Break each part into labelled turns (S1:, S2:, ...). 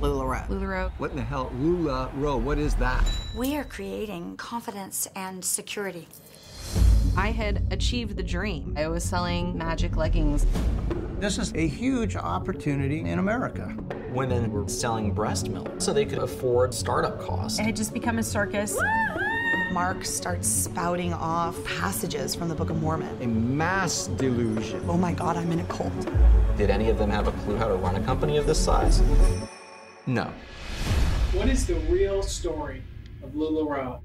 S1: LuLaRoe.
S2: LuLaRoe.
S3: What in the hell? Lula Row, what is that?
S4: We are creating confidence and security.
S2: I had achieved the dream. I was selling magic leggings.
S5: This is a huge opportunity in America.
S6: Women were selling breast milk so they could afford startup costs.
S7: It had just become a circus.
S1: Mark starts spouting off passages from the Book of Mormon.
S3: A mass delusion.
S1: Oh my God, I'm in a cult.
S6: Did any of them have a clue how to run a company of this size? No.
S8: What is the real story of LuLaRoe?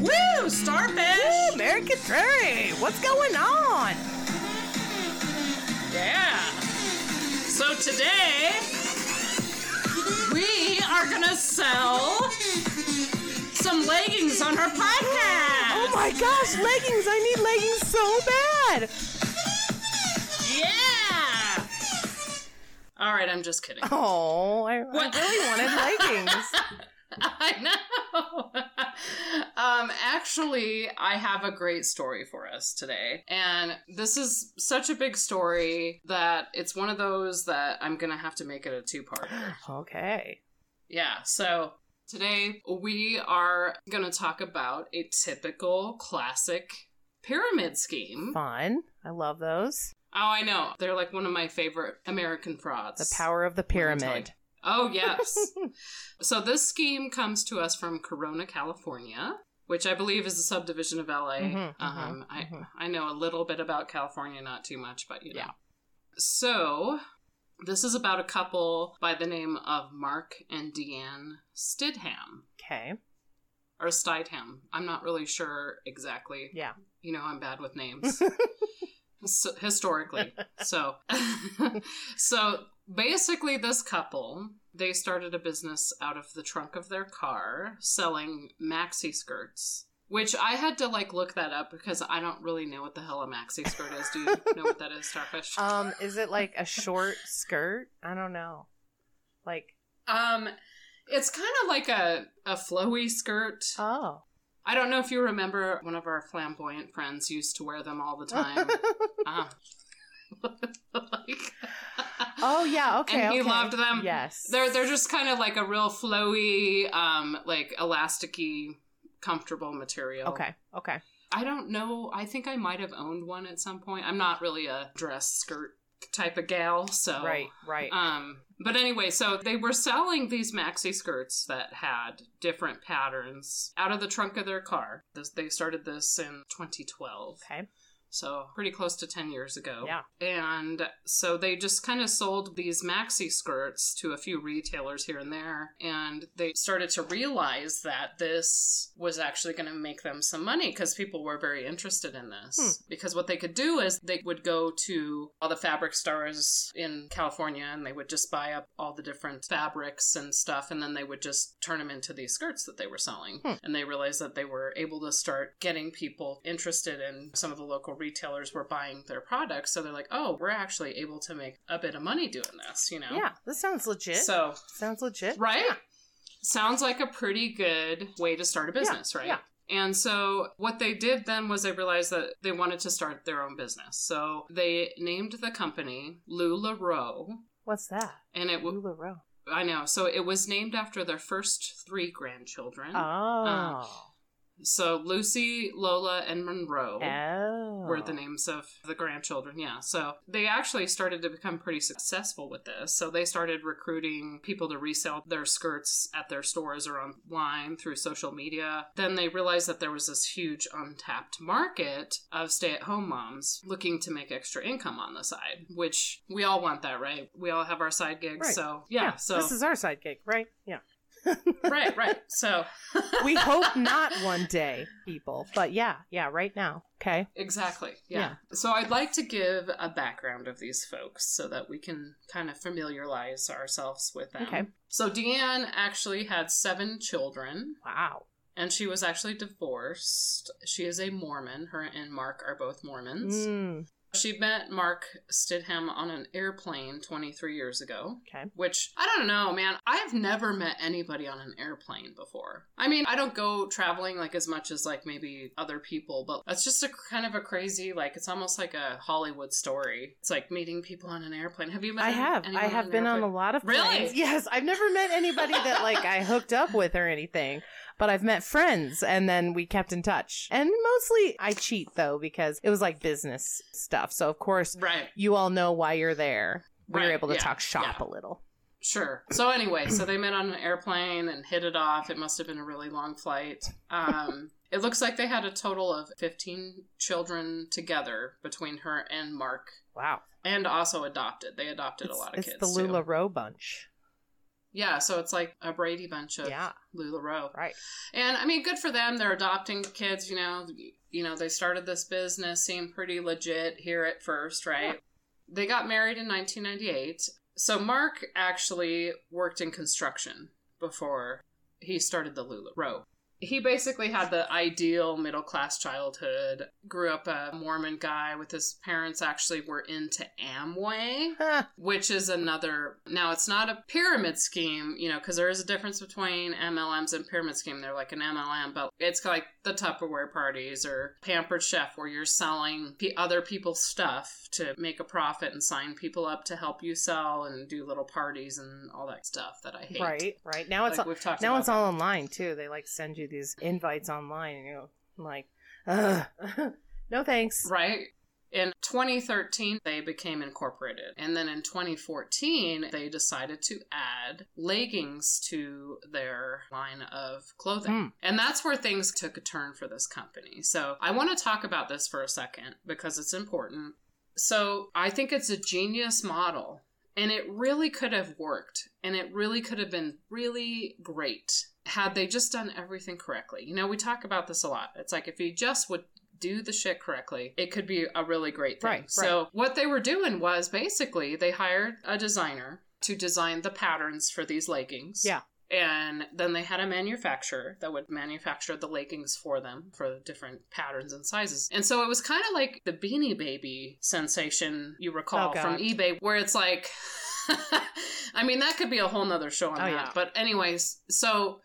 S9: Woo! Starfish! Woo! Mary Contrary! What's going on? Yeah! So today, we are gonna sell some leggings on her podcast!
S7: Oh my gosh, leggings! I need leggings so bad!
S9: Yeah! All right, I'm just kidding.
S7: Oh, I, I really wanted leggings.
S9: I know. um, actually, I have a great story for us today. And this is such a big story that it's one of those that I'm going to have to make it a two parter.
S7: Okay.
S9: Yeah. So today we are going to talk about a typical classic pyramid scheme. Oh,
S7: Fun. I love those.
S9: I know. They're like one of my favorite American frauds.
S7: The power of the
S9: Let me tell
S7: pyramid.
S9: you. Oh, yes. so this scheme comes to us from Corona, California, which I believe is a subdivision of LA.
S7: Mhm,
S9: um,
S7: mhm,
S9: I,
S7: mhm.
S9: I know a little bit about California, not too much, but you know.
S7: Yeah.
S9: So this is about a couple by the name of Mark and Deanne Stidham.
S7: Okay.
S9: Or Stidham. I'm not really sure exactly.
S7: Yeah.
S9: You know, I'm bad with names s- historically. so, so basically, this couple they started a business out of the trunk of their car selling maxi skirts. Which I had to like look that up because I don't really know what the hell a maxi skirt is. Do you know what that is, Starfish?
S7: Um, is it like a short skirt? I don't know. Like
S9: Um, it's kind of like a a flowy skirt.
S7: oh.
S9: I don't know if you remember. One of our flamboyant friends used to wear them all the time. uh, like-
S7: oh yeah, okay.
S9: and he
S7: okay.
S9: loved them.
S7: Yes.
S9: They're they're just kind of like a real flowy, um, like elasticy, comfortable material.
S7: Okay, okay.
S9: I don't know. I think I might have owned one at some point. I'm not really a dress skirt type of gal, so
S7: Right, right.
S9: Um, but anyway, so they were selling these maxi skirts that had different patterns out of the trunk of their car. This, they started this in 2012.
S7: okay.
S9: So pretty close to 10 years ago.
S7: Yeah.
S9: And so they just kind of sold these maxi skirts to a few retailers here and there. And they started to realize that this was actually going to make them some money because people were very interested in this.
S7: Hmm.
S9: Because what they could do is they would go to all the fabric stores in California and they would just buy up all the different fabrics and stuff. And then they would just turn them into these skirts that they were selling.
S7: Hmm.
S9: And they realized that they were able to start getting people interested in some of the local retailers were buying their products. So they're like, oh, we're actually able to make a bit of money doing this, you know?
S7: Yeah, this sounds legit.
S9: So,
S7: sounds legit.
S9: right? Sounds like a pretty good way to start a business, right?
S7: yeah.
S9: And so, what they did then was they realized that they wanted to start their own business. So, they named the company LuLaRoe.
S7: What's that?
S9: And it, w-
S7: LuLaRoe.
S9: I know. So, it was named after their first three grandchildren.
S7: Oh.
S9: Um, So Lucy, Lola, and Monroe
S7: oh.
S9: were the names of the grandchildren. Yeah. So they actually started to become pretty successful with this. So they started recruiting people to resell their skirts at their stores or online through social media. Then they realized that there was this huge untapped market of stay at home moms looking to make extra income on the side, which we all want that, right? We all have our side gigs.
S7: Right.
S9: So yeah. so
S7: this is our side gig, right? Yeah.
S9: right, right. So
S7: we hope not one day, people. But yeah, yeah, right now. Okay.
S9: Exactly. Yeah.
S7: Yeah.
S9: So I'd like to give a background of these folks so that we can kind of familiarize ourselves with them.
S7: Okay.
S9: So Deanne actually had seven children
S7: Wow.
S9: and she was actually divorced. She is a Mormon. Her and Mark are both Mormons.
S7: Mm.
S9: She met Mark Stidham on an airplane 23 years ago.
S7: Okay.
S9: Which I don't know, man. I've never met anybody on an airplane before. I mean, I don't go traveling like as much as like maybe other people, but that's just a kind of a crazy like it's almost like a Hollywood story. It's like meeting people on an airplane. Have you met?
S7: I have.
S9: anyone
S7: I have
S9: an
S7: been on a
S9: airplane?
S7: lot of
S9: Really?
S7: planes. Yes, I've never met anybody that like I hooked up with or anything, but I've met friends and then we kept in touch. And mostly I cheat though because it was like business stuff. So of course,
S9: Right.
S7: you all know why you're there. We were
S9: Right,
S7: able to
S9: yeah,
S7: talk shop
S9: yeah.
S7: a little.
S9: Sure. So anyway, so they met on an airplane and hit it off. It must have been a really long flight. Um, it looks like they had a total of 15 children together between her and Mark,
S7: Wow.
S9: and also adopted. They adopted
S7: It's,
S9: a lot of
S7: it's
S9: kids.
S7: the Lula
S9: Too.
S7: Row bunch.
S9: Yeah, so it's like a Brady bunch of
S7: Yeah.
S9: Lula Rowe.
S7: Right.
S9: And I mean, good for them. They're adopting kids. You know, you know they started this business, seemed pretty legit here at first, right? They got married in 1998. So Mark actually worked in construction before he started the Lulu Row. He basically had the ideal middle class childhood. Grew up a Mormon guy with his parents actually were into Amway
S7: Huh.
S9: which is another now it's not a pyramid scheme you know because there is a difference between mlms and pyramid scheme they're like an mlm but it's like the tupperware parties or pampered chef where you're selling pe- other people's stuff to make a profit and sign people up to help you sell and do little parties and all that stuff that i hate
S7: Right. Right. Now it's
S9: Like,
S7: all,
S9: we've talked
S7: now
S9: about
S7: it's all online too. They like send you these invites online and you know, I'm like, Ugh. no thanks.
S9: Right. In 2013, they became incorporated. And then in 2014, they decided to add leggings to their line of clothing.
S7: Hmm.
S9: And that's where things took a turn for this company. So I want to talk about this for a second because it's important. So I think it's a genius model. And it really could have worked. And it really could have been really great had they just done everything correctly. You know, we talk about this a lot. It's like if you just would do the shit correctly, it could be a really great thing.
S7: Right, right.
S9: So, what they were doing was basically they hired a designer to design the patterns for these leggings.
S7: Yeah.
S9: And then they had a manufacturer that would manufacture the leggings for them for different patterns and sizes. And so it was kind of like the Beanie Baby sensation you recall
S7: Oh, God.
S9: from eBay, where it's like, I mean, that could be a whole nother show on
S7: Oh,
S9: that.
S7: yeah.
S9: But, anyways, so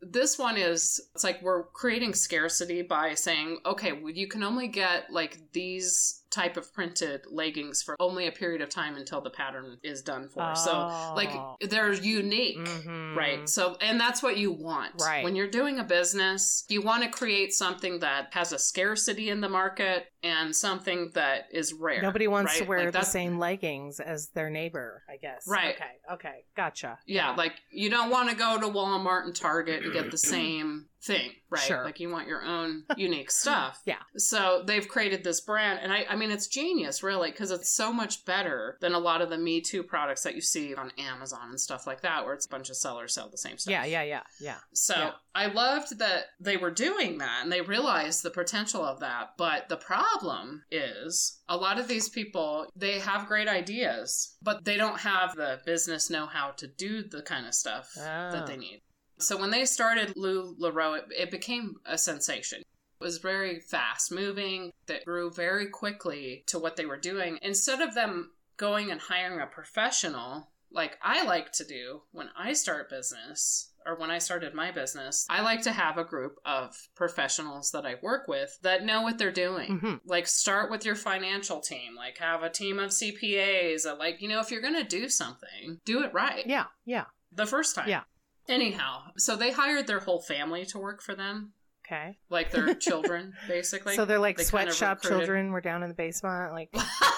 S9: this one is it's like we're creating scarcity by saying okay well, you can only get like these type of printed leggings for only a period of time until the pattern is done for so like
S7: Oh.
S9: they're unique
S7: Mhm.
S9: right so and that's what you want
S7: Right.
S9: when you're doing a business you want to create something that has a scarcity in the market and something that is rare
S7: Nobody wants to
S9: right?
S7: wear
S9: Like,
S7: the
S9: that's-
S7: same leggings as their neighbor, I guess.
S9: Right.
S7: Okay. Okay. Gotcha.
S9: Yeah, like you don't want to go to Walmart and Target and get the same thing, right?
S7: Sure.
S9: Like you want your own unique stuff.
S7: Yeah.
S9: So they've created this brand, and I, I mean, it's genius, really, because it's so much better than a lot of the Me Too products that you see on Amazon and stuff like that, where it's a bunch of sellers sell the same stuff.
S7: Yeah. Yeah. Yeah. Yeah.
S9: So
S7: Yeah.
S9: I loved that they were doing that and they realized the potential of that. But the problem is a lot of these people, they have great ideas, but they don't have the business know how to do the kind of stuff
S7: Ah.
S9: that they need. So when they started Lou LaRoe, it, it became a sensation. It was very fast moving, that grew very quickly to what they were doing. Instead of them going and hiring a professional, like I like to do when I start business or when I started my business, I like to have a group of professionals that I work with that know what they're doing.
S7: Mhm.
S9: Like start with your financial team, like have a team of CPAs, that like you know if you're going to do something, do it right
S7: Yeah. Yeah.
S9: the first time.
S7: Yeah.
S9: Anyhow, so they hired their whole family to work for them,
S7: Okay.
S9: like their children basically.
S7: so they're like
S9: They kind of
S7: sweatshop
S9: recruited-
S7: children. We're down in the basement, like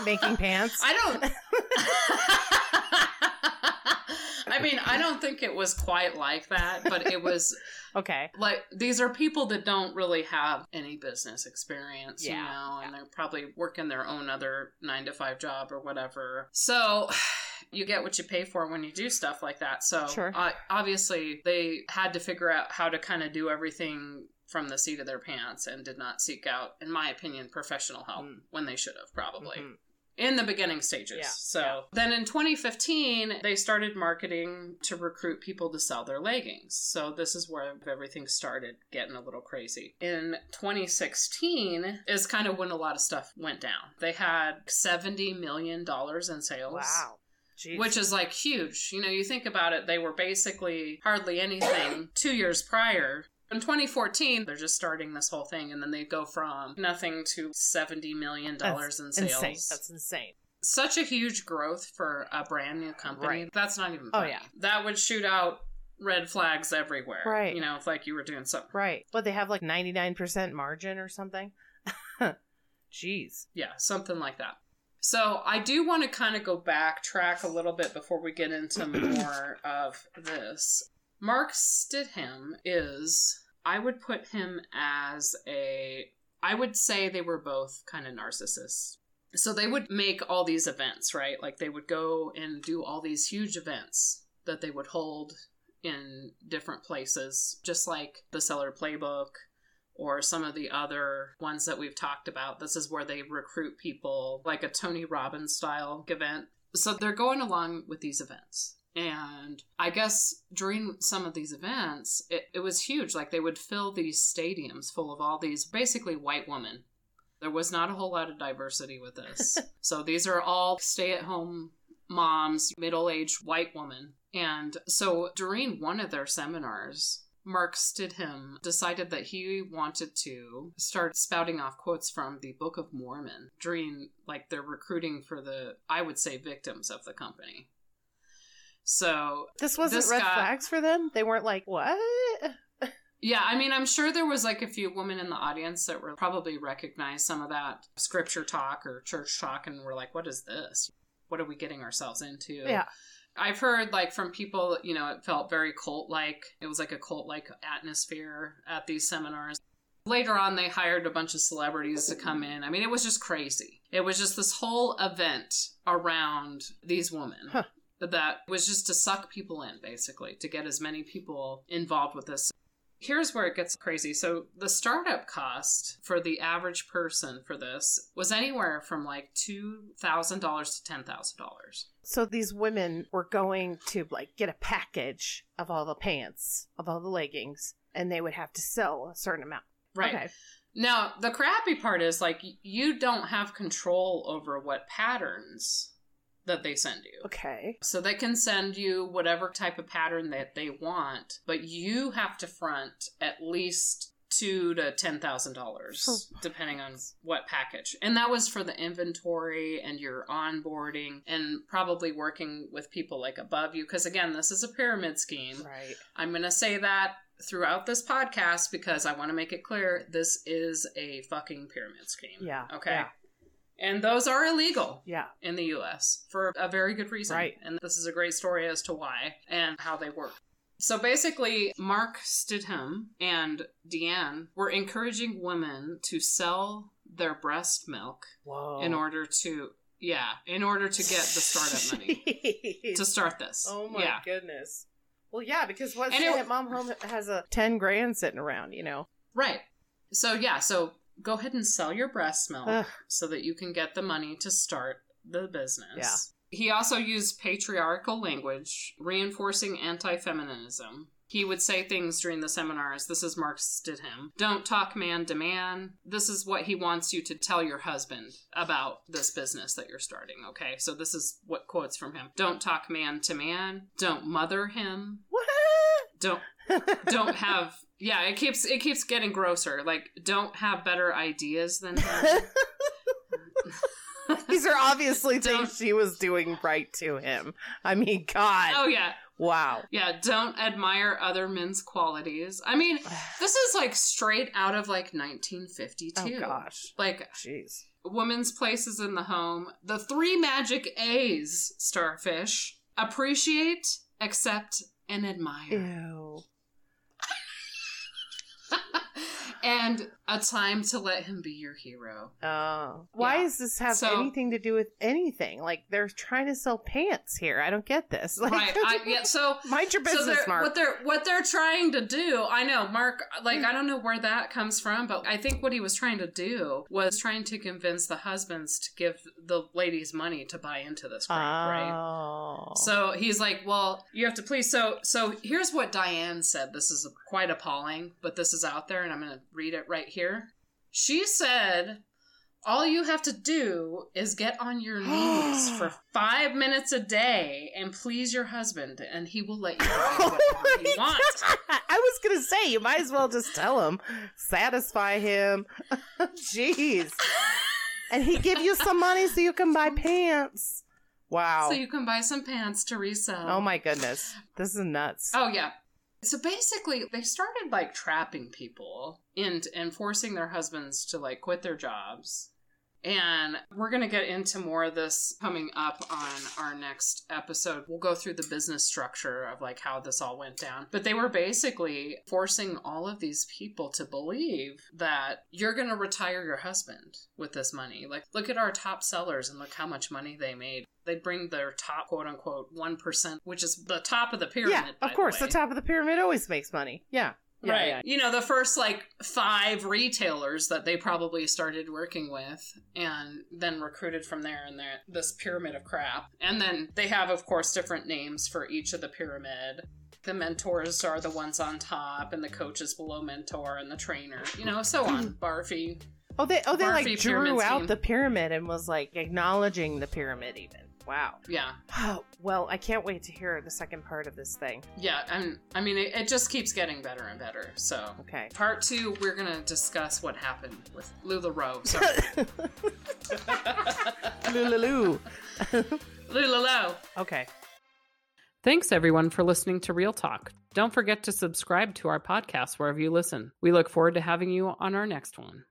S7: making pants.
S9: I don't. I mean, I don't think it was quite like that, but it was
S7: okay.
S9: like these are people that don't really have any business experience, you
S7: Yeah,
S9: know, and they're probably working their own other nine to five job or whatever. So you get what you pay for when you do stuff like that. So
S7: Sure.
S9: uh, obviously, they had to figure out how to kind of do everything from the seat of their pants and did not seek out, in my opinion, professional help
S7: Mm.
S9: when they should have probably.
S7: Mhm.
S9: in the beginning stages.
S7: Yeah,
S9: So
S7: yeah.
S9: then in 2015, they started marketing to recruit people to sell their leggings. So this is where everything started getting a little crazy. In 2016 is kind of when a lot of stuff went down. They had $70 million in sales.
S7: Wow. Jeez.
S9: Which is like huge. You know, you think about it, they were basically hardly anything two years prior. In 2014, they're just starting this whole thing, and then they go from nothing to $70 million
S7: That's
S9: in sales
S7: Insane. That's insane.
S9: such a huge growth for a brand new company.
S7: Right.
S9: That's not even.
S7: Oh,
S9: Funny.
S7: yeah.
S9: that would shoot out red flags everywhere.
S7: Right.
S9: you know, if like you were doing something.
S7: Right. But they have like 99% margin or something. Jeez.
S9: Yeah, something like that. So I do want to kind of go backtrack a little bit before we get into more of this. Mark Stidham is. I would put him as a. I would say they were both kind of narcissists. So they would make all these events, right? Like they would go and do all these huge events that they would hold in different places, just like the Seller Playbook or some of the other ones that we've talked about. This is where they recruit people, like a Tony Robbins style event. So they're going along with these events. And I guess during some of these events, it, it was huge. Like they would fill these stadiums full of all these basically white women. There was not a whole lot of diversity with this. so these are all stay at home moms, middle aged white woman. And so during one of their seminars, Mark Stidham decided that he wanted to start spouting off quotes from the Book of Mormon during like their recruiting for the, I would say, victims of the company. So
S7: This wasn't
S9: This
S7: red
S9: guy-
S7: flags for them? They weren't like, what?
S9: Yeah, I mean, I'm sure there was like a few women in the audience that were probably recognized some of that scripture talk or church talk and were like, what is this? What are we getting ourselves into?
S7: Yeah.
S9: I've heard like from people, you know, it felt very cult like. It was like a cult like atmosphere at these seminars. Later on, they hired a bunch of celebrities to come in. I mean, it was just crazy. It was just this whole event around these women
S7: Huh.
S9: that was just to suck people in, basically, to get as many people involved with this here's where it gets crazy. So the startup cost for the average person for this was anywhere from like two thousand dollars to ten thousand dollars.
S7: So these women were going to like get a package of all the pants, of all the leggings, and they would have to sell a certain amount.
S9: Right.
S7: Okay.
S9: Now the crappy part is like y- you don't have control over what patterns that they send you.
S7: Okay.
S9: So they can send you whatever type of pattern that they want, but you have to front at least two to ten thousand dollars, depending on what package. And that was for the inventory and your onboarding and probably working with people like above you. Because again, this is a pyramid scheme.
S7: Right.
S9: I'm going to say that throughout this podcast because I want to make it clear this is a fucking pyramid scheme.
S7: Yeah,
S9: Okay.
S7: yeah.
S9: And those are illegal
S7: Yeah.
S9: in the US for a very good reason.
S7: Right.
S9: And this is a great story as to why and how they work. So basically, Mark Stidham and Deanne were encouraging women to sell their breast milk
S7: Whoa.
S9: in order to, yeah, in order to get the startup money
S7: money.
S9: to start this.
S7: Oh my
S9: yeah.
S7: goodness. Well, yeah, because what
S9: And it-
S7: Senate mom home has a ten grand sitting around, you know.
S9: Right. So yeah, so go ahead and sell your breast milk
S7: Ugh.
S9: so that you can get the money to start the business.
S7: Yeah.
S9: He also used patriarchal language, reinforcing anti feminism. He would say things during the seminars. This is Mark Stidham. Don't talk man to man. This is what he wants you to tell your husband about this business that you're starting. Okay, so this is what quotes from him. Don't talk man to man. Don't mother him.
S7: What?
S9: Don't don't have yeah it keeps it keeps getting grosser like don't have better ideas than him
S7: These are obviously
S9: Don't-
S7: things she was doing right to him. I mean, God,
S9: oh yeah
S7: wow.
S9: yeah don't admire other men's qualities i mean this is like straight out of like 1952
S7: Oh gosh,
S9: like
S7: jeez.
S9: woman's places in the home the three magic a's starfish appreciate accept and admire
S7: Ew.
S9: and a time to let him be your hero.
S7: Oh. Why
S9: Yeah.
S7: does this have
S9: So-
S7: anything to do with anything? Like they're trying to sell pants here. I don't get this. Like,
S9: right. I, yeah. So
S7: mind your
S9: so
S7: business,
S9: they're-
S7: Mark.
S9: What they're what they're trying to do, I know, Mark. Like I don't know where that comes from, but I think what he was trying to do was trying to convince the husbands to give the ladies money to buy into this crap, right?
S7: Oh.
S9: So he's like, "Well, you have to please." So, so here's what Diane said. This is quite appalling, but this is out there, and I'm going to read it right here. She said, "All you have to do is get on your knees for five minutes a day and please your husband, and he will let you buy whatever
S7: Oh
S9: he wants."
S7: I was gonna say you might as well just tell him, satisfy him. Jeez, and he give you some money so you can buy pants. Wow.
S9: So you can buy some pants to resell.
S7: oh my goodness, this is nuts.
S9: Oh yeah. So basically, they started like trapping people and and forcing their husbands to like quit their jobs. And we're going to get into more of this coming up on our next episode. We'll go through the business structure of like how this all went down. But they were basically forcing all of these people to believe that you're going to retire your husband with this money. Like, look at our top sellers and look how much money they made. They'd bring their top quote unquote 1%, which is the top of the pyramid.
S7: yeah,
S9: by
S7: of course,
S9: way.
S7: the top of the pyramid always makes money. Yeah, Yeah,
S9: Right.
S7: yeah.
S9: You know, the first like five retailers that they probably started working with and then recruited from there and there this pyramid of crap. And then they have of course different names for each of the pyramid. The mentors are the ones on top and the coaches below mentor and the trainer, you know, so on. Barfy.
S7: Oh, they oh they like
S9: Barfi
S7: drew
S9: pyramid
S7: out
S9: scheme.
S7: the pyramid and was like acknowledging the pyramid even. Wow.
S9: Yeah.
S7: well, I can't wait to hear the second part of this thing.
S9: Yeah. And I mean it, it just keeps getting better and better. So
S7: Okay.
S9: part two, we're gonna discuss what happened with LuLaRoe. Sorry.
S7: Lulu.
S9: LuLaRoe.
S7: Okay.
S9: Thanks everyone for listening to Real Talk. Don't forget to subscribe to our podcast wherever you listen. We look forward to having you on our next one.